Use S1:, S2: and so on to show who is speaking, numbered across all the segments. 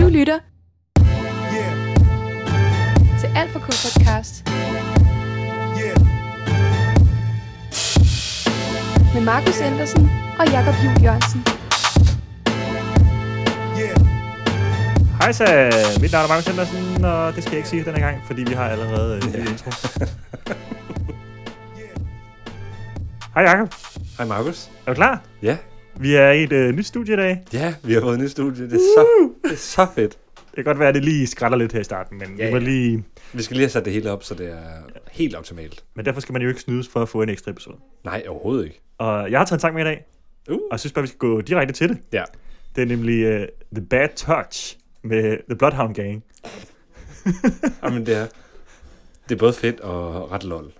S1: Du lytter
S2: Yeah,
S1: til Alt for K podcast
S2: yeah.
S1: med Markus Andersen og Jakob Juhl Jørgensen.
S3: Hej så, mit navn er Markus Andersen, og det skal jeg ikke sige denne gang, fordi vi har allerede øh, en ny intro. Hej Jacob,
S4: Hej Markus.
S3: er du klar?
S4: Ja,
S3: Vi er i et øh, nyt studie i dag.
S4: ja, vi har fået en ny studie. Det er, så, det er så fedt.
S3: Det kan godt være, at det lige skrætter lidt her i starten, men, ja,
S4: Ja,
S3: vi må
S4: ja.
S3: lige...
S4: Vi skal lige have sat det hele op, så det er helt optimalt.
S3: men derfor skal man jo ikke snydes for at få en ekstra episode.
S4: Nej, overhovedet ikke.
S3: Og jeg har taget en sang med i dag, og
S4: Uh.
S3: jeg synes bare, vi skal gå direkte til det.
S4: Ja.
S3: Det er nemlig uh, The Bad Touch med The Bloodhound Gang.
S4: Jamen, det er, det er både fedt og ret lol.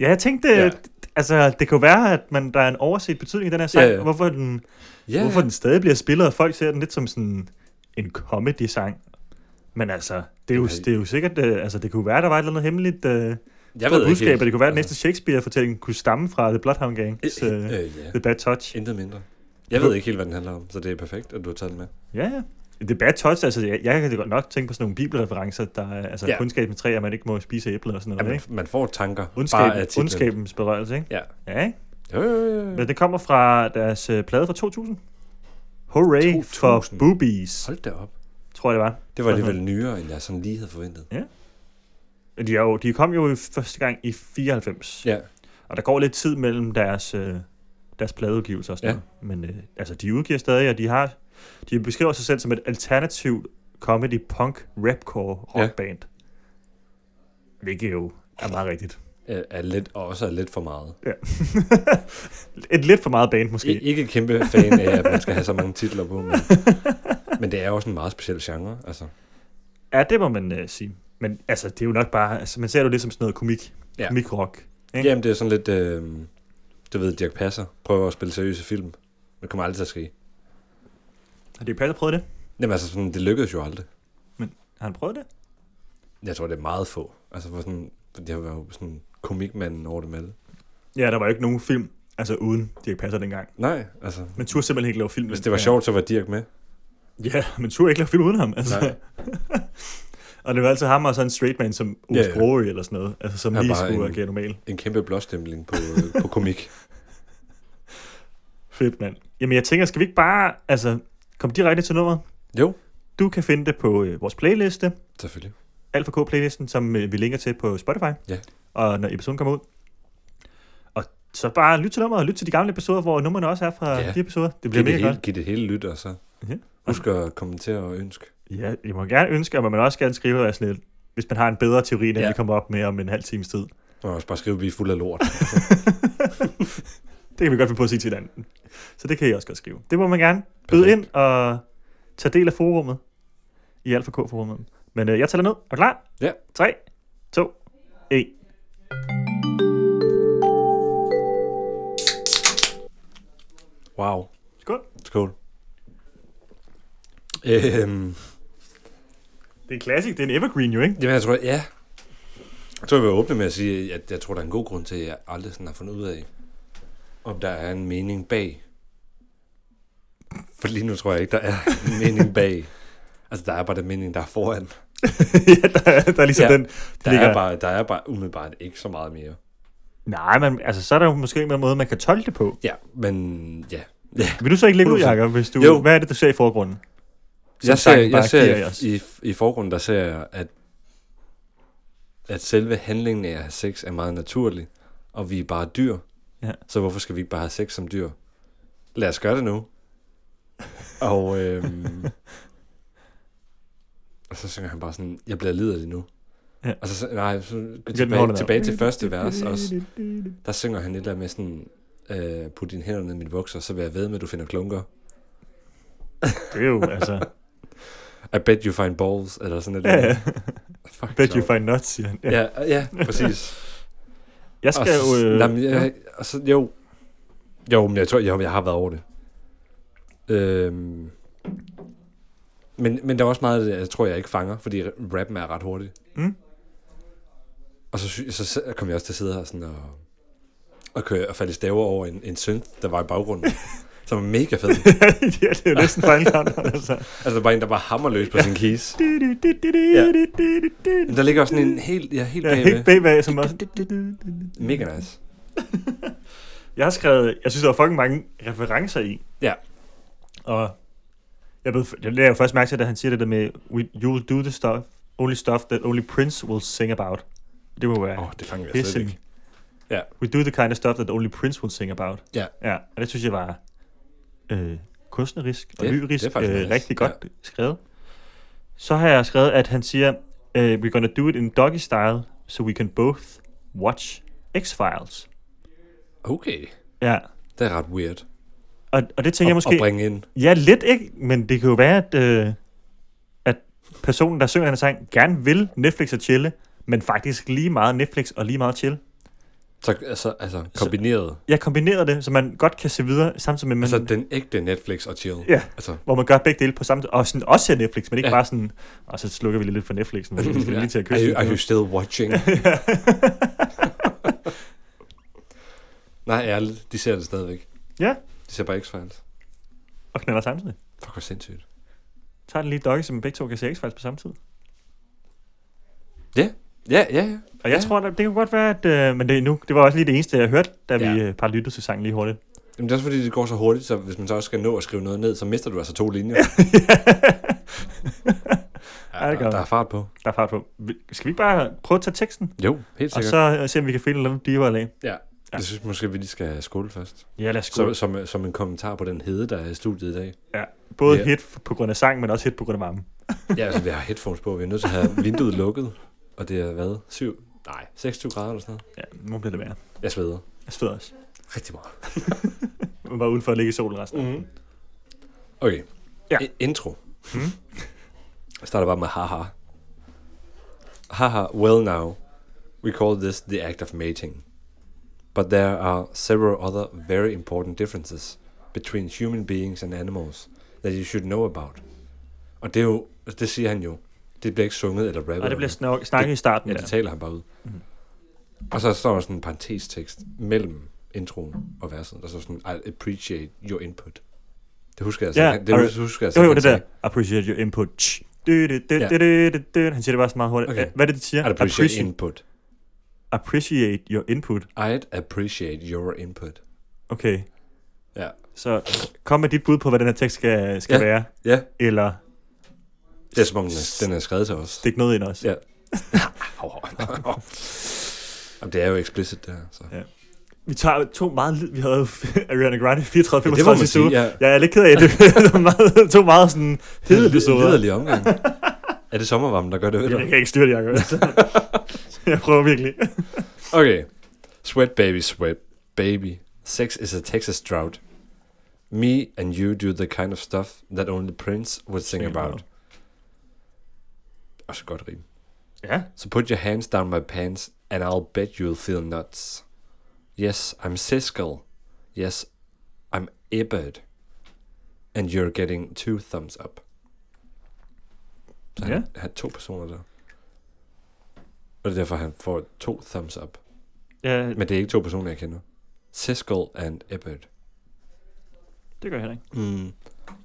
S3: Ja, jeg tænkte,
S4: Ja.
S3: ja. altså det kunne være, at man, der er en overset betydning i den her sang,
S4: Ja, ja.
S3: hvorfor den
S4: Ja,
S3: Hvorfor den stadig bliver spillet, og folk ser den lidt som sådan en comedy-sang. Men altså, det er jo,
S4: Jamen,
S3: det er jo sikkert, øh, altså det kunne være, der var et eller andet hemmeligt øh,
S4: jeg
S3: stort budskab,
S4: helt.
S3: og det kunne være, at
S4: Altså,
S3: næste Shakespeare-fortælling kunne stamme fra The Bloodhound Gangs øh,
S4: øh, øh, ja.
S3: The Bad Touch.
S4: Intet mindre. Jeg ved ikke helt, hvad den handler om, så det er perfekt, at du har taget den med.
S3: Ja, ja. The Bad Touch, altså jeg, jeg kan godt nok tænke på sådan nogle bibelreferencer, der er altså ja.
S4: Ja.
S3: kundskab med træer, man ikke må spise æbler og sådan noget,
S4: Ja, man,
S3: ikke?
S4: man får tanker. bare af
S3: Undskab,
S4: titlen.
S3: ondskabens berørelse, ikke?
S4: Ja.
S3: Ja, ikke?
S4: Jo, jo, jo, jo.
S3: Men det kommer fra deres øh, plade fra 2000. Hooray 2000. for
S4: 2000.
S3: boobies,
S4: Hold da op.
S3: tror jeg det var.
S4: Det var alligevel nyere, end jeg sådan lige havde forventet.
S3: De, er jo, de kom jo første gang i 94, ja.
S4: Ja,
S3: og der går lidt tid mellem deres, øh, deres pladeudgivelser og sådan ja.
S4: Ja.
S3: noget. Men øh, altså, de udgiver stadig, og de har de beskriver sig selv som et alternativ comedy punk rapcore
S4: Ja.
S3: rockband. Ja. Hvilket jo er meget rigtigt.
S4: er, øh, er lidt, og også er lidt for meget.
S3: Et lidt for meget band måske.
S4: I, ikke kæmpe fan af, at man skal have så mange titler på, men, men det er også en meget speciel genre. Altså.
S3: Ja, det må man øh, sige. Men altså, det er jo nok bare, altså, man ser det jo lidt som sådan noget komik, ja.
S4: Ja.
S3: komikrock. Ikke?
S4: Jamen, det er sådan lidt, øh, du ved, Dirk Passer prøver at spille seriøse film. Det kommer aldrig til at ske.
S3: Har Dirk Passer prøvet det?
S4: Jamen, altså, sådan, det lykkedes jo aldrig.
S3: Har han prøvet det?
S4: Jeg tror, det er meget få. Altså, for sådan, for det har været jo sådan komikmanden over det med.
S3: Ja, der var jo ikke nogen film, altså uden Dirk Passer dengang.
S4: Nej, altså,
S3: Man turde simpelthen ikke lave film.
S4: hvis det var
S3: ja.
S4: sjovt, så var Dirk med.
S3: Ja, men turde ikke lave film uden ham. Altså.
S4: Nej.
S3: og det var altid ham og sådan en straight man som Ove
S4: Ja, ja.
S3: Sprogøe eller sådan noget, altså, som
S4: Han er
S3: lige
S4: bare
S3: skulle
S4: en-
S3: agere normal.
S4: En kæmpe blåstempling på, øh, på komik.
S3: Fedt, mand. Jamen jeg tænker, skal vi ikke bare altså, komme direkte til nummeret?
S4: Jo,
S3: Du kan finde det på øh, vores playliste,
S4: selvfølgelig.
S3: Alfa K playlisten, som øh, vi linker til på Spotify,
S4: Ja.
S3: og når episoden kommer ud. Og så bare lyt til nummeret, og lyt til de gamle episoder, hvor nummerne også er fra
S4: Ja.
S3: de episoder. Det
S4: Giv
S3: bliver
S4: det,
S3: mega
S4: hele,
S3: godt.
S4: giv det hele lyt, og så
S3: Ja.
S4: husk at kommentere og ønske.
S3: Ja, jeg må gerne ønske, og man må også gerne skrive, altså, lidt, hvis man har en bedre teori, end den
S4: Ja.
S3: vi kommer op med om en halv times tid.
S4: Og også bare skrive, at vi er fuld af lort.
S3: Det kan vi godt finde på at sige til hinanden. Så det kan I også godt skrive. Det må man gerne byde
S4: Perfekt.
S3: ind og tage del af forummet. I Alfa K-forummet. Men øh, jeg tæller ned. Er du klar?
S4: Ja.
S3: 3, 2, 1.
S4: Wow.
S3: Skål.
S4: Skål. Øhm,
S3: Det er en klassik. Det er en evergreen jo, ikke?
S4: jamen, jeg tror, ja. Jeg tror, jeg vil åbne med at sige, at jeg tror, der er en god grund til, at jeg aldrig sådan har fundet ud af, om der er en mening bag. For lige nu tror jeg ikke, der er en mening bag. Altså, der er bare den mening, der er foran.
S3: ja, der, er- der er ligesom ja,
S4: Ja,
S3: den.
S4: Der
S3: ligger-
S4: er, bare, der er bare umiddelbart ikke så meget mere.
S3: Nej, men altså, så er der jo måske en måde, man kan tolke det på.
S4: Ja, men ja. ja.
S3: Vil du så ikke lægge ud,
S4: 100%.
S3: Jacob, hvis du... Jo.
S4: Jo.
S3: Hvad er det, du ser i forgrunden?
S4: Jeg ser,
S3: sangen bare
S4: jeg ser
S3: giver os.
S4: i, i, i forgrunden, der ser jeg, at, at selve handlingen af at have sex er meget naturlig, og vi er bare dyr.
S3: Ja.
S4: Så hvorfor skal vi ikke bare have sex som dyr? Lad os gøre det nu. Og, øhm, og så synger han bare sådan, jeg bliver liderlig nu.
S3: Ja.
S4: Og så, sy- nej, så gå tilbage,
S3: hårde ned.
S4: tilbage til første vers også. Der synger han et eller andet med sådan, øh, put dine hænder ned i mine bukser, så vil jeg ved med, at du finder klunker.
S3: Det er jo, altså...
S4: I bet you find balls, eller sådan et
S3: ja,
S4: eller
S3: ja.
S4: andet. Fuck,
S3: Bet you
S4: sjovt.
S3: find nuts, siger han. Ja.
S4: Ja, ja, præcis.
S3: Jeg skal
S4: og,
S3: jo...
S4: øh,
S3: Øh,
S4: jamen, jeg, og så, jo, jo, men jeg tror, jo, jeg har været over det. Øhm, men, men der er også meget, af det, jeg tror, jeg ikke fanger, fordi rappen er ret hurtig.
S3: Mm.
S4: Og så, sy- så s- kom jeg også til at sidde her sådan og, og, køre, og falde i staver over en, en synth, der var i baggrunden. så som er mega fed.
S3: ja, det er jo næsten Final Countdown, altså.
S4: altså, der er bare en, der bare hammer løs på sin keys.
S3: Ja.
S4: Men der ligger også sådan en helt, ja, helt
S3: Ja,
S4: bagved.
S3: helt bagved, som også...
S4: Mega nice.
S3: Jeg har skrevet... Jeg synes, der var fucking mange referencer i.
S4: Ja.
S3: Og jeg, ved, jeg lagde jo først mærke til, da han siger det der med, We, you will do the stuff, only stuff that only Prince will sing about. Det må være
S4: Åh, oh, det fanger jeg slet
S3: pissing.
S4: ikke. Ja.
S3: We do the kind of stuff that only Prince will sing about.
S4: Ja.
S3: Ja, og det synes jeg var øh, kunstnerisk og
S4: Det-
S3: lyrisk
S4: det er faktisk
S3: øh,
S4: nice.
S3: rigtig godt skrevet. Så har jeg skrevet, at han siger, øh, we're gonna do it in doggy style, so we can both watch X-Files.
S4: Okay.
S3: Ja,
S4: Det er ret weird.
S3: og, og det tænker jeg
S4: At- At
S3: måske...
S4: bringe ind.
S3: Ja, lidt ikke, men det kan jo være, at, øh, at personen, der synger den her sang, gerne vil Netflix og chille, men faktisk lige meget Netflix og lige meget chill.
S4: Så, altså, altså kombineret.
S3: Jeg kombinerer det, så man godt kan se videre, samtidig med, at man,
S4: Altså den ægte Netflix og chill.
S3: Ja.
S4: Altså,
S3: hvor man gør begge dele på samme tid, og sådan også ser Netflix, men ikke ja.
S4: Ja.
S3: bare sådan, og så slukker vi lidt for Netflix, men vi skal lige til at
S4: are, you,
S3: kysse.
S4: are you still watching? Nej, ærligt, de ser det stadigvæk.
S3: Ja,
S4: De ser bare X-Files.
S3: og knaller samtidig.
S4: Fuck, hvor sindssygt.
S3: Tager den lige doggy, så man begge to kan se x på samme tid.
S4: Ja, ja, ja. ja.
S3: Og jeg ja.
S4: Ja.
S3: tror, det, det kan godt være, at... Øh, men det, nu, det var også lige det eneste, jeg hørte, da ja. vi
S4: Ja.
S3: øh, bare lyttede til sangen lige hurtigt.
S4: Jamen, det er også fordi, det går så hurtigt, så hvis man så også skal nå at skrive noget ned, så mister du altså to linjer.
S3: Ja, det gør
S4: der, der er
S3: man.
S4: fart på.
S3: Der er fart på. Vi- Skal vi ikke bare prøve at tage teksten,
S4: Jo, helt
S3: og
S4: sikkert.
S3: så øh, se, om vi kan finde noget andet diver af?
S4: Ja. Jeg synes måske, vi lige skal skåle først.
S3: Ja, lad os
S4: Så,
S3: så,
S4: som, som en kommentar på den hede, der er i studiet i dag.
S3: ja. Både
S4: Ja.
S3: hit f- på grund af sang, men også hit på grund af varmen.
S4: Ja, altså, vi har headphones på, vi er nødt til at have vinduet lukket. Og det er hvad? 7? Nej, 26 grader eller sådan noget.
S3: Ja, nu bliver det værre.
S4: Jeg sveder.
S3: Jeg sveder også.
S4: Rigtig meget.
S3: Man var udenfor at ligge i solen resten. Mm.
S4: Okay.
S3: Ja. Hmm?
S4: I- intro. Mm. Jeg starter bare med haha. Haha, well now, we call this the act of mating. But there are several other very important differences between human beings and animals that you should know about. Og det er jo, det siger han jo. Det bliver ikke sunget eller rappet.
S3: Og det
S4: eller-
S3: bliver snak- snakket i starten.
S4: Ja,
S3: der.
S4: det taler han bare ud. Mm.
S3: Mm-hmm.
S4: Og så står der sådan en parentestekst mellem introen og verset. Der står sådan, I appreciate your input. Det husker jeg altså.
S3: Ja,
S4: Yeah, det
S3: og-
S4: hus- husker jeg altså.
S3: Jo, jo,
S4: han
S3: det
S4: sagde.
S3: der. Appreciate your input. Tsch. Du, du, du,
S4: Ja.
S3: du, du, du, du. Han siger det bare så meget hurtigt.
S4: Okay.
S3: Okay. Hvad er det, de siger?
S4: I'd appreciate
S3: Appreci-
S4: input.
S3: appreciate your input.
S4: I'd appreciate your input.
S3: Okay,
S4: Ja.
S3: så kom med dit bud på, hvad den her tekst skal, skal
S4: Ja.
S3: være.
S4: Ja,
S3: Eller
S4: det er som om, den er, den er skrevet til os.
S3: stik noget ind også.
S4: Ja. Hov, hov, hov. Jamen, det er jo explicit, det her. Så.
S3: Ja. Vi tager to meget... lid- Vi havde jo Ariana Grande
S4: Ja, det må
S3: 34
S4: man
S3: 35 sidste
S4: sige,
S3: uge.
S4: ja.
S3: Jeg er lidt ked af, at det var meget- to meget sådan hede episoder.
S4: Liderlig omgang. er det sommervarmen, der gør det ved
S3: Jamen,
S4: dig?
S3: Jeg kan ikke styre det, Jacob. jeg prøver virkelig.
S4: Okay. Sweat baby, sweat baby. Sex is a Texas drought. Me and you do the kind of stuff that only Prince would sing
S3: Sing
S4: about.
S3: about.
S4: Og så godt rim.
S3: Ja.
S4: So put your hands down my pants and I'll bet you'll feel nuts. Yes, I'm Siskel. Yes, I'm Ebert. And you're getting two thumbs up. Så han,
S3: Ja.
S4: han to personer der. Og det er derfor, han får to thumbs up.
S3: ja.
S4: Men det er ikke to personer, jeg kender. Siskel and Ebert.
S3: Det gør jeg heller ikke.
S4: Mm.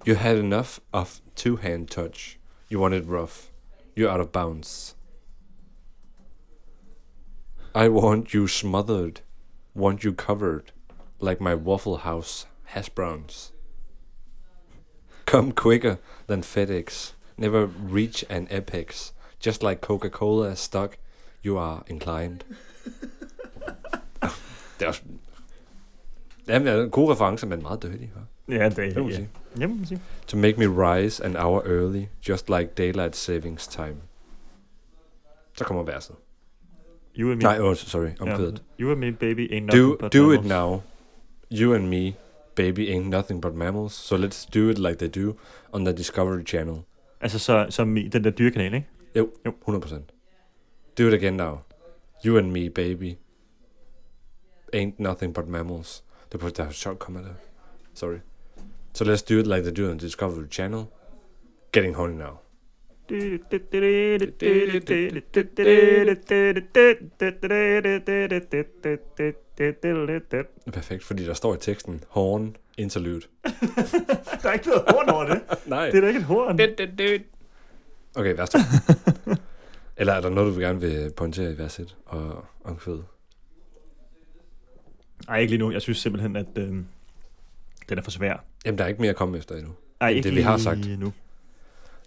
S4: You had enough of two-hand touch. You wanted rough. You're out of bounds. I want you smothered. Want you covered. Like my Waffle House hash browns. Come quicker than FedEx. Never reach an apex. Just like Coca-Cola is stuck, you are inclined. det er også... Jamen, ja, gode referencer, men meget dirty, hva'?
S3: Ja, det er
S4: Det må man
S3: ja.
S4: sige.
S3: Jamen, må man sige.
S4: To make me rise an hour early, just like daylight savings time. Så kommer verset.
S3: You and me.
S4: Nej, oh, sorry, omkvædet.
S3: Ja. You and me, baby, ain't nothing
S4: Do,
S3: but
S4: do it
S3: mammals.
S4: now. You and me, baby, ain't nothing but mammals, so let's do it like they do on the Discovery Channel.
S3: Altså, så, som i den der dyrekanal, ikke?
S4: Jo,
S3: Jo.
S4: 100%. Do it again now. You and me, baby, ain't nothing but mammals. Det er på, der er et sjovt komma der. Sorry. So let's do it like they do on the Discovery Channel. Getting horny now. Perfekt, fordi der står i teksten Horn Interlude.
S3: Der er ikke noget horn over det.
S4: Nej.
S3: Det er da ikke et horn.
S4: Okay, værst. Eller er der noget, du vil gerne vil pointere i værset og omkvædet?
S3: Nej, ikke lige nu. Jeg synes simpelthen, at øh, den er for svær.
S4: Jamen, der er ikke mere at komme efter endnu.
S3: Ej,
S4: Det,
S3: ikke
S4: vi
S3: lige
S4: har sagt.
S3: nu.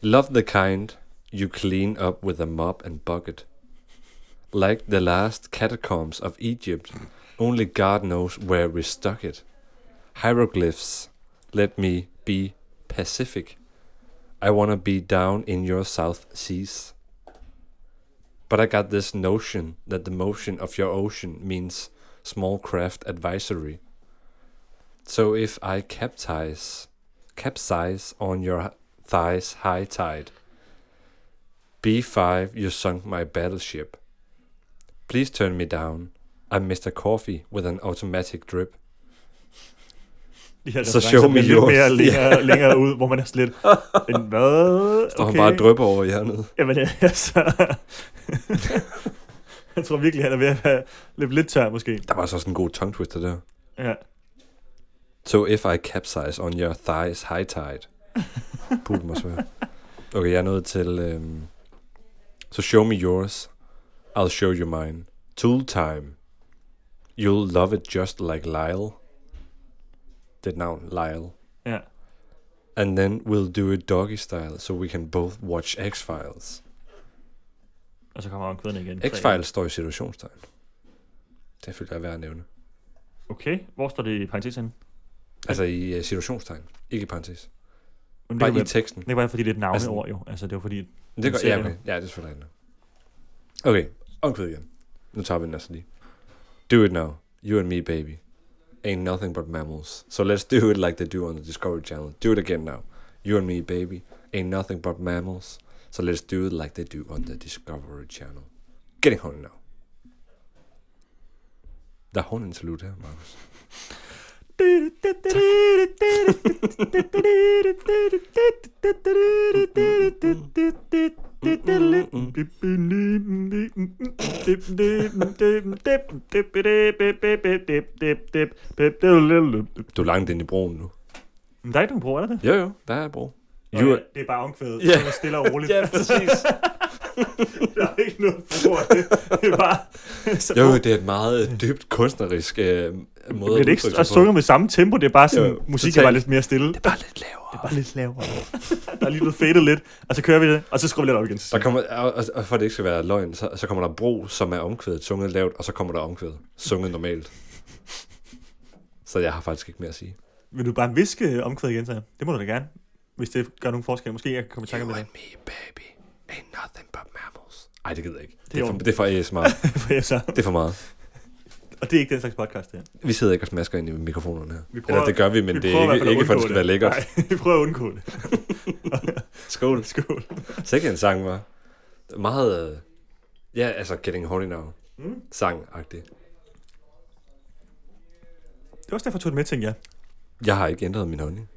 S4: Love the kind you clean up with a mop and bucket. Like the last catacombs of Egypt, only God knows where we stuck it. Hieroglyphs, let me be Pacific. I wanna be down in your South Seas. But I got this notion that the motion of your ocean means small craft advisory. So if I capsize, capsize on your h- thighs high tide, B5, you sunk my battleship. Please turn me down. I'm Mr. Coffee with an automatic drip.
S3: De her
S4: Så
S3: referencer
S4: show me
S3: bliver lidt
S4: yours.
S3: Mere, længere, længere ud, hvor man er slet... Men hvad?
S4: Og han bare drypper over hjernet.
S3: Jamen, ja, altså... jeg tror virkelig, han er ved at være- løbe lidt tør, måske.
S4: Der var så sådan en god tongue twister der.
S3: Ja.
S4: So if I capsize on your thighs high tide. Puh, må svær. Okay, jeg er nået til... Øhm, so show me yours. I'll show you mine. Tool time. You'll love it just like Lyle. Det er et navn, Lyle.
S3: ja.
S4: And then we'll do it doggy style, so we can both watch X-Files.
S3: Og så kommer omkvæden igen.
S4: X-Files står i situationstegn. Det føler jeg er værd at nævne.
S3: Okay, hvor står det i parentes henne?
S4: Altså i uh, situationstegn, ikke i parentes.
S3: Men det,
S4: Bare
S3: kan
S4: i
S3: være,
S4: teksten.
S3: det var fordi, det er et navneord
S4: Altså-
S3: altså, jo. Altså, det var fordi...
S4: Men Det
S3: Den
S4: går,
S3: ser
S4: ja,
S3: det
S4: okay. ja, det er selvfølgelig rigtigt. nok. Okay, omkvæd igen. Nu tager vi den altså lige. Do it now. You and me, baby. Ain't nothing but mammals. So let's do it like they do on the Discovery Channel. Do it again now. You and me, baby. Ain't nothing but mammals. So let's do it like they do on the Discovery Channel. Get in hånden now. Der er håndinterlude her, Markus. Du er langt ind i broen nu.
S3: Men der er ikke nogen bro, er der det?
S4: Jo, jo, der er bro.
S3: Nå,
S4: You-
S3: ja, det er bare omkvædet,
S4: Ja.
S3: yeah. så stille og roligt.
S4: præcis.
S3: Der er ikke noget bro, det, det er bare... så
S4: Jo, jo, det er et meget dybt kunstnerisk øh, måde
S3: Bliver det
S4: udtrykke
S3: ikke
S4: sig
S3: også
S4: på.
S3: sunget med samme tempo? Det er bare sådan,
S4: Jo,
S3: jo, musik er
S4: totalt.
S3: bare lidt mere stille.
S4: Bare lidt lavere.
S3: Bare lidt lavere. der er lige blevet fadet lidt, og så kører vi det, og så skruer vi lidt op igen.
S4: Der kommer, og, og- og for at det ikke skal være løgn, så, så kommer der bro, som er omkvædet, sunget lavt, og så kommer der omkvædet, sunget normalt. Så jeg har faktisk ikke mere at sige.
S3: Vil du bare viske øh, omkvædet igen, så? Det må du da gerne. Hvis det gør nogen forskel. Måske jeg kan komme i tanke med det.
S4: me, baby, ain't nothing but mammals. Ej, det gider jeg ikke. Det,
S3: er
S4: er, for,
S3: ordentligt.
S4: det er for ASMR.
S3: For jeg så.
S4: det er for meget.
S3: Og det er ikke den slags podcast, det her.
S4: Vi sidder ikke og smasker ind i mikrofonerne her.
S3: Vi
S4: Vi
S3: prøver-
S4: prøver, Eller det gør vi, men
S3: Vi
S4: det
S3: prøver i
S4: er
S3: hvert
S4: ikke,
S3: fald at
S4: ikke for, at det
S3: undgå
S4: skal være lækkert.
S3: Nej, vi prøver at undgå det.
S4: Skål.
S3: Skål.
S4: Sikke en sang, var. Meget, øh, ja, altså Getting Horny Now. Mm. Sang-agtig.
S3: Det var også derfor, jeg tog det med, tænkte jeg.
S4: Jeg har ikke ændret min holdning.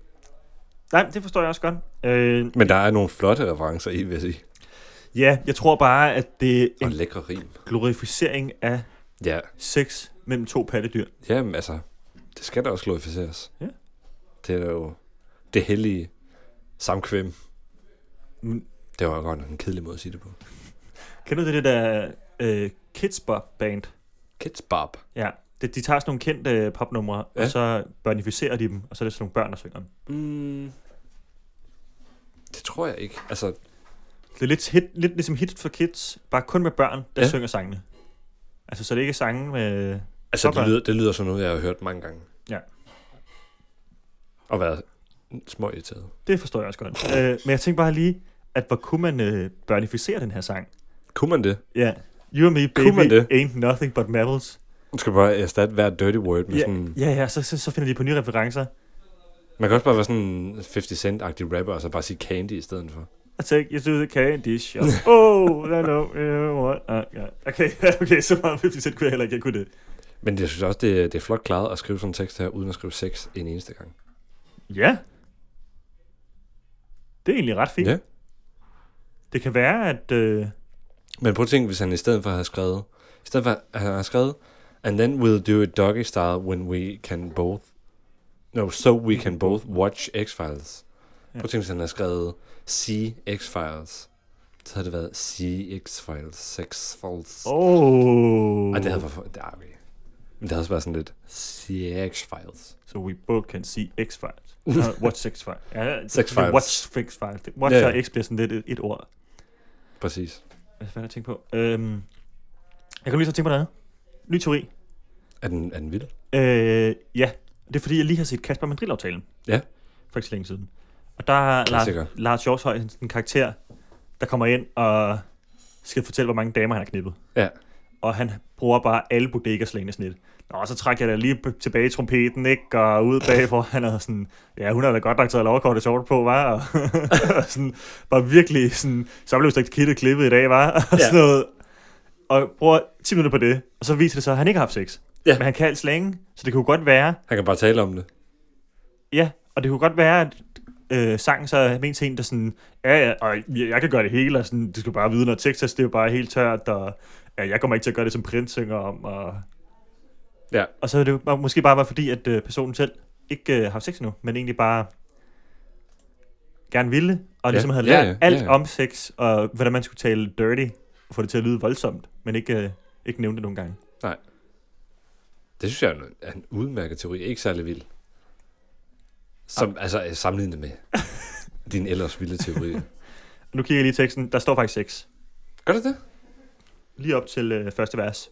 S3: Nej, det forstår jeg også godt. Øh,
S4: Men der er nogle flotte referencer i, vil jeg sige.
S3: ja, jeg tror bare, at det er
S4: Og
S3: en
S4: lækre rim.
S3: glorificering af
S4: Ja,
S3: sex mellem to pattedyr.
S4: jamen altså, det skal da også glorificeres.
S3: Ja.
S4: Det er da jo det hellige samkvem.
S3: Mm.
S4: Det var jo godt nok en kedelig måde at sige det på.
S3: Kender du det, det der øh, Kids Bop Band?
S4: Kids Bob.
S3: Ja, de, de tager sådan nogle kendte øh, popnumre, ja.
S4: Ja.
S3: og så børnificerer de dem, og så er det sådan nogle børn, der synger dem.
S4: Mm. Det tror jeg ikke. Altså,
S3: Det er lidt, hit, lidt ligesom hit for kids, bare kun med børn, der ja.
S4: Ja.
S3: synger sangene. Altså, så det er ikke sange med...
S4: altså
S3: Sådan.
S4: det, lyder, det lyder sådan noget, jeg har hørt mange gange.
S3: Ja.
S4: Og været små irriteret.
S3: Det forstår jeg også godt. øh, men jeg tænkte bare lige, at hvor kunne man øh, børnificere den her sang?
S4: Kunne man det?
S3: Ja. You and me,
S4: Kunne man
S3: baby,
S4: det?
S3: ain't nothing but mammals.
S4: Du skal bare erstatte hver dirty word med
S3: Ja,
S4: sådan...
S3: ja, ja så, så, så finder de på nye referencer.
S4: Man kan også bare være sådan en 50 Cent-agtig rapper, og så bare sige candy i stedet for.
S3: I take you to the candy shop. Oh, I know you want... Uh, yeah. Okay, okay, så meget 50 Cent kunne jeg heller ikke, jeg kunne det.
S4: Men jeg synes også, det, er- det er flot klaret at skrive sådan en tekst her, uden at skrive sex en eneste gang.
S3: Ja. Det er egentlig ret fint.
S4: Ja.
S3: Det kan være, at... Øh,
S4: Men prøv at tænke, hvis han i stedet for havde skrevet, i stedet for at han havde skrevet, and then we'll do it doggy style when we can both No, so we can both watch X-Files. Ja. Prøv at tænke, hvis han havde skrevet See X-Files. Så havde det været See X-Files, Sex Files. Oh.
S3: Oh.
S4: Og det havde været for... Det er okay. Men det havde også været sådan lidt See X-Files.
S3: So we both can see X-Files. Uh, watch X-Files. Ja,
S4: Sex-Files.
S3: Watch X-Files. Det- Watch
S4: Ja,
S3: yeah.
S4: ja.
S3: og X bliver sådan lidt et, et ord.
S4: Præcis.
S3: Hvad fanden har jeg tænkt på? Øhm, jeg kan lige så tænke på noget andet. Ny teori.
S4: Er den, er den vild?
S3: Øh, ja, det er fordi, jeg lige har set Kasper Mandrill-aftalen.
S4: Ja.
S3: For ikke så længe siden. Og der er
S4: Klassiker.
S3: Lars, Lars Hjortshøj, en karakter, der kommer ind og skal fortælle, hvor mange damer han har knippet.
S4: Ja.
S3: Og han bruger bare alle bodegaslængenes net. Nå, så trækker jeg da lige p- tilbage i trompeten, ikke? Og ud bagfor, han er sådan... Ja, hun har da godt nok taget lovkort og short på, var og, og sådan, bare virkelig sådan... Så blev det kittet klippet i dag, var Og sådan
S4: Ja.
S3: noget. Og bruger 10 minutter på det, og så viser det sig, at han ikke har haft sex.
S4: Ja.
S3: Men han kan alt slænge, så det kunne godt være,
S4: Han kan bare tale om det.
S3: Ja, og det kunne godt være, at øh, sangen så er ment til en, der sådan, ja, ja, og jeg, jeg kan gøre det hele, og sådan, du skal bare vide, når Texas, det er jo bare helt tørt, og ja, jeg kommer ikke til at gøre det, som Prince synger om, og,
S4: Ja.
S3: og så er det jo bare- måske bare være fordi, at øh, personen selv ikke øh, har haft sex endnu, men egentlig bare gerne ville, og ligesom havde lært ja, ja, alt ja, ja. om sex, og hvordan man skulle tale dirty, og få det til at lyde voldsomt, men ikke, øh, ikke nævne det nogle gange.
S4: Det synes jeg er en- er en udmærket teori. Ikke særlig vild. Som,
S3: Ah.
S4: altså sammenlignet med din ellers vilde teori.
S3: Og nu kigger jeg lige i teksten, der står faktisk sex.
S4: Gør det det?
S3: lige op til øh, første vers.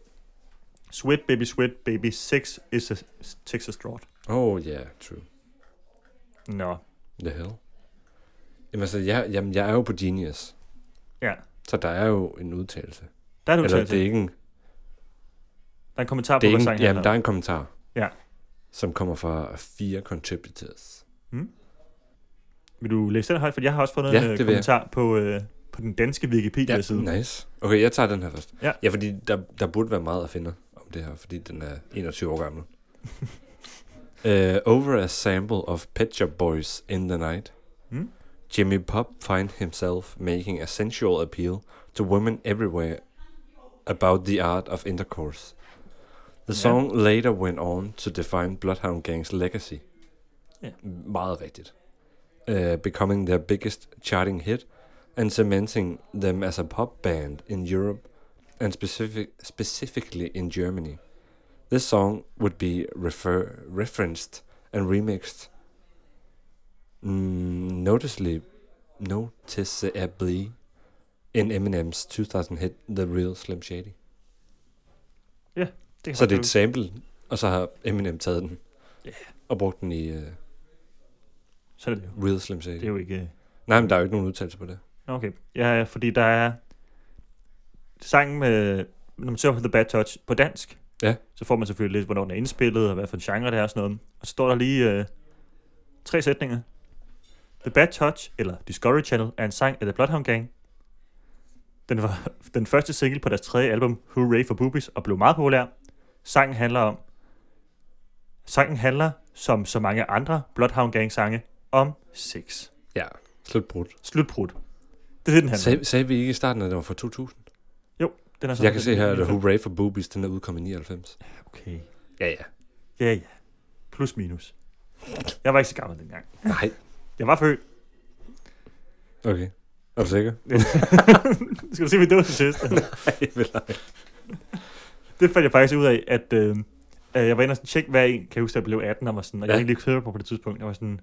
S3: Sweat baby, sweat baby, sex is a Texas drought.
S4: Oh yeah, true.
S3: Nå,
S4: The hell. Jamen altså, jeg, jamen, jeg er jo på Genius.
S3: ja.
S4: Så der er jo en udtalelse.
S3: Der er en
S4: Eller det er
S3: udtalelse.
S4: ikke en,
S3: Der er en kommentar på,
S4: det er
S3: hvad
S4: ikke en,
S3: sangen
S4: jamen, der
S3: handler
S4: er
S3: om.
S4: en kommentar.
S3: Ja.
S4: Som kommer fra fire contributors.
S3: Vil du læse den højt? For jeg har også fundet
S4: Ja,
S3: en
S4: det
S3: øh,
S4: vil jeg.
S3: kommentar på, øh, på den danske Wikipedia-side.
S4: nice. Okay, jeg tager den her først.
S3: Ja.
S4: ja fordi der, der burde være meget at finde om det her, fordi den er 21 år gammel. uh, over a sample of Pet Shop Boys in the night,
S3: Hmm?
S4: Jimmy Pop find himself making a sensual appeal to women everywhere about the art of intercourse. The
S3: Ja.
S4: song later went on to define Bloodhound Gang's legacy.
S3: Ja.
S4: Meget rigtigt. Uh, becoming their biggest charting hit and cementing them as a pop band in Europe and specific, specifically in Germany. This song would be refer, referenced and remixed mm, noticeably, noticeably in Eminem's 2000 hit The Real Slim Shady.
S3: Det
S4: Så det er et sample, og så har Eminem taget den og brugt den i uh,
S3: Så er det jo.
S4: Real Slim
S3: Det er
S4: Shady.
S3: jo ikke... øh,
S4: Nej, men der er jo ikke nogen udtalelse på det.
S3: Nå, Okay, ja, ja, fordi der er sangen med, når man søger på The Bad Touch på dansk,
S4: Ja.
S3: så får man selvfølgelig lidt, hvornår den er indspillet, og hvad for en genre det er og sådan noget. Og så står der lige øh, tre sætninger. The Bad Touch, eller Discovery Channel, er en sang af The Bloodhound Gang. Den var den første single på deres tredje album, Hooray for Boobies, og blev meget populær. Sangen handler om... Sangen handler, som så mange andre Bloodhound Gang-sange, om sex.
S4: Ja, slut brudt.
S3: Slutbrud. Det er det, den handler om.
S4: Sag, sagde vi ikke i starten, at det var fra 2000?
S3: Den er
S4: Så jeg kan se her, at Hooray for Boobies, den er udkommet i 99.
S3: Okay.
S4: Ja, ja.
S3: Ja, ja. Plus minus. Jeg var ikke så gammel dengang.
S4: Nej.
S3: Jeg var født.
S4: Okay. Er du sikker?
S3: Skal du se, hvad det var til sidst?
S4: Nej, vel ej.
S3: det fandt jeg faktisk ud af, at øh, øh, jeg var inde og sådan tjekke, hvad en, kan jeg huske, da jeg blev 18, og, var sådan, og jeg
S4: Ja.
S3: ja. ikke lige kørte på på det tidspunkt. Jeg var sådan,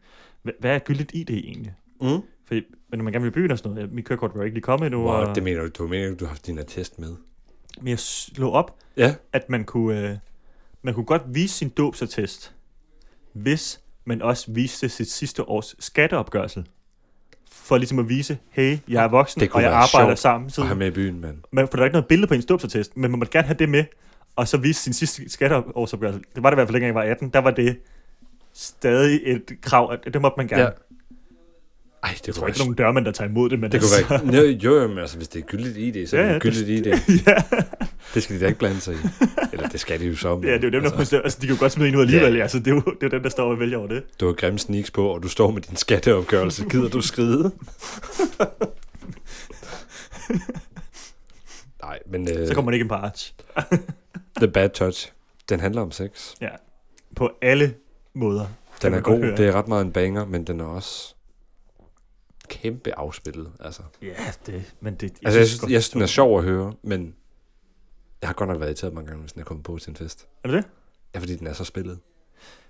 S3: "Hva- hvad er gyldigt ID egentlig?
S4: Mm.
S3: Fordi, når man gerne vil i byen og sådan noget, mit kørekort var jo ikke lige kommet endnu,
S4: Wow,
S3: og,
S4: det mener du, du mener, du har haft din attest med.
S3: men jeg slog op,
S4: Ja.
S3: at man kunne, øh, man kunne godt vise sin dåbsattest, hvis man også viste sit sidste års skatteopgørelse. For ligesom at vise, hey, jeg er voksen,
S4: Det kunne
S3: og jeg
S4: være
S3: arbejder
S4: sjovt
S3: sammen.
S4: Og har med i byen, mand.
S3: Man, for der er ikke noget billede på ens dåbsattest, men man måtte gerne have det med, og så vise sin sidste skatteårsopgørelse. Det var det i hvert fald, dengang jeg var 18. Der var det stadig et krav, at det måtte man gerne. Ja,
S4: Ja. Ej, det
S3: der
S4: kunne
S3: var ikke
S4: være...
S3: nogen dørmænd, der tager imod det, men
S4: Det kunne
S3: altså,
S4: være... Nå, jo, jo, men altså, hvis det er gyldigt ID, så er det
S3: Ja,
S4: ja,
S3: ja,
S4: gyldigt ID.
S3: ja,
S4: Det skal de da ikke blande sig i. Eller det skal de jo så.
S3: ja, det er jo dem, der
S4: altså,
S3: altså, altså, de kan jo godt smide en ud alligevel.
S4: Ja.
S3: Ja. Altså, det, er jo, det er jo dem, der står og vælger over det.
S4: Du har grimme sneaks på, og du står med din skatteopgørelse. Gider du skride? Nej, men... Øh...
S3: Så kommer man ikke en par arch.
S4: The Bad Touch. Den handler om sex.
S3: Ja. På alle måder.
S4: Den er
S3: man godt
S4: god.
S3: høre.
S4: Det er ret meget en banger, men den er også kæmpe afspillet. Altså,
S3: Ja, det, men det... Jeg
S4: altså jeg, synes,
S3: godt-
S4: jeg synes, den er sjov at høre, men jeg har godt nok været irriteret mange gange, hvis den er kommet på til en fest.
S3: Er det det?
S4: Ja, fordi den er så spillet.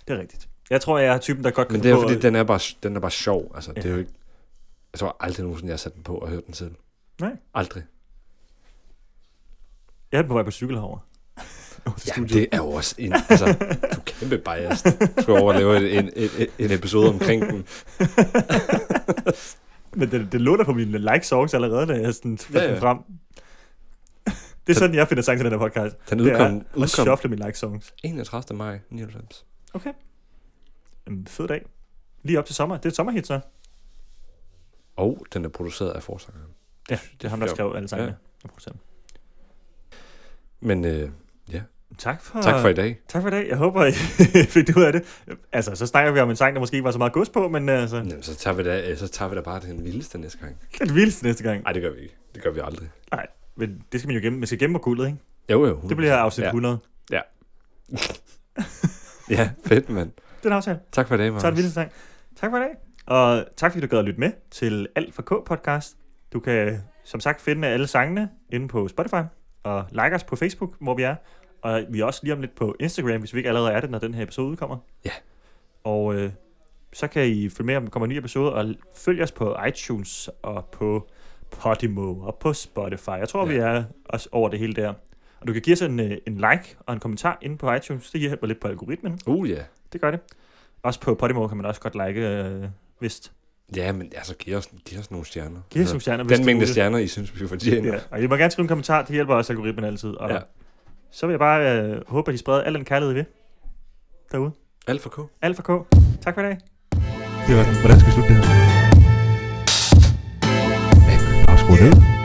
S3: Det er rigtigt. Jeg tror, jeg er typen, der godt kan
S4: Men det er,
S3: finde på
S4: fordi
S3: at-
S4: den er bare, den er bare sjov. Altså, det
S3: Ja.
S4: er jo ikke... Jeg tror aldrig nogensinde, jeg har sat den på og hørt den selv.
S3: Nej.
S4: Aldrig.
S3: Jeg er på vej på cykel herovre. Åh, det
S4: Ja,
S3: studie.
S4: det er jo også en... Altså, du er kæmpe biased. Du skal over og lave en, en, en, en episode omkring den.
S3: Men det, det lå der på mine like songs allerede, da jeg sådan fandt
S4: Ja,
S3: ja,
S4: ja.
S3: ja. frem. Det er sådan, jeg finder sang til den her podcast.
S4: Den
S3: Det
S4: udkom,
S3: er at
S4: udkom
S3: shuffle mine like songs.
S4: 31. maj 99.
S3: Okay. Jamen, fed dag. Lige op til sommer. Det er et sommerhit, så.
S4: Og den er produceret af forsangeren.
S3: Ja, det er ham, der
S4: sjovt.
S3: skrev alle sangene.
S4: Ja.
S3: Jeg producerer dem.
S4: Men øh,
S3: Tak for,
S4: tak for i dag.
S3: tak for i dag. Jeg håber, I fik det ud af det. Altså, så snakker vi om en sang, der måske ikke var så meget gods på, men altså, ja.
S4: Jamen, så, tager vi da, øh, så tager vi da bare den vildeste næste gang.
S3: det vildeste næste gang.
S4: Nej, det gør vi ikke. Det gør vi aldrig.
S3: Nej, men det skal man jo gemme. Man skal gemme på guldet, ikke?
S4: Jo, jo. 100%.
S3: Det bliver afsnit
S4: ja.
S3: 100.
S4: Ja, fedt, mand.
S3: Den aftale.
S4: Tak for i dag,
S3: Så er
S4: Marcus.
S3: det vildt sang. Tak for i dag. Og tak fordi du gad at lytte med til Alt for K podcast. Du kan øh, som sagt finde alle sangene inde på Spotify. Og like os på Facebook, hvor vi er. Og vi er også lige om lidt på Instagram, hvis vi ikke allerede er det, når den her episode udkommer.
S4: Ja.
S3: Og øh, så kan I følge med, om der kommer en ny episode. Og følg os på iTunes og på Podimo og på Spotify. Jeg tror,
S4: Ja.
S3: ja. vi er også over det hele der. Og du kan give os en, øh, en like og en kommentar inde på iTunes. Det hjælper lidt på algoritmen.
S4: Uh, ja.
S3: Det gør det. Også på Podimo kan man også godt like, øh, vist.
S4: Ja, men altså, giv os, giv os nogle stjerner.
S3: Giv os
S4: Altså,
S3: nogle stjerner, hvis
S4: Den
S3: du
S4: mængde
S3: vil.
S4: stjerner, I synes, vi fortjener.
S3: Ja. Og I må gerne skrive en kommentar, det hjælper også algoritmen altid. Og
S4: Ja.
S3: ja. Så vil jeg bare øh, håbe, at I spreder al den kærlighed ved derude.
S4: Alt for K.
S3: Alfa K. Tak for i dag.
S4: Det var den. Hvordan skal vi slutte det her? Afskru ned.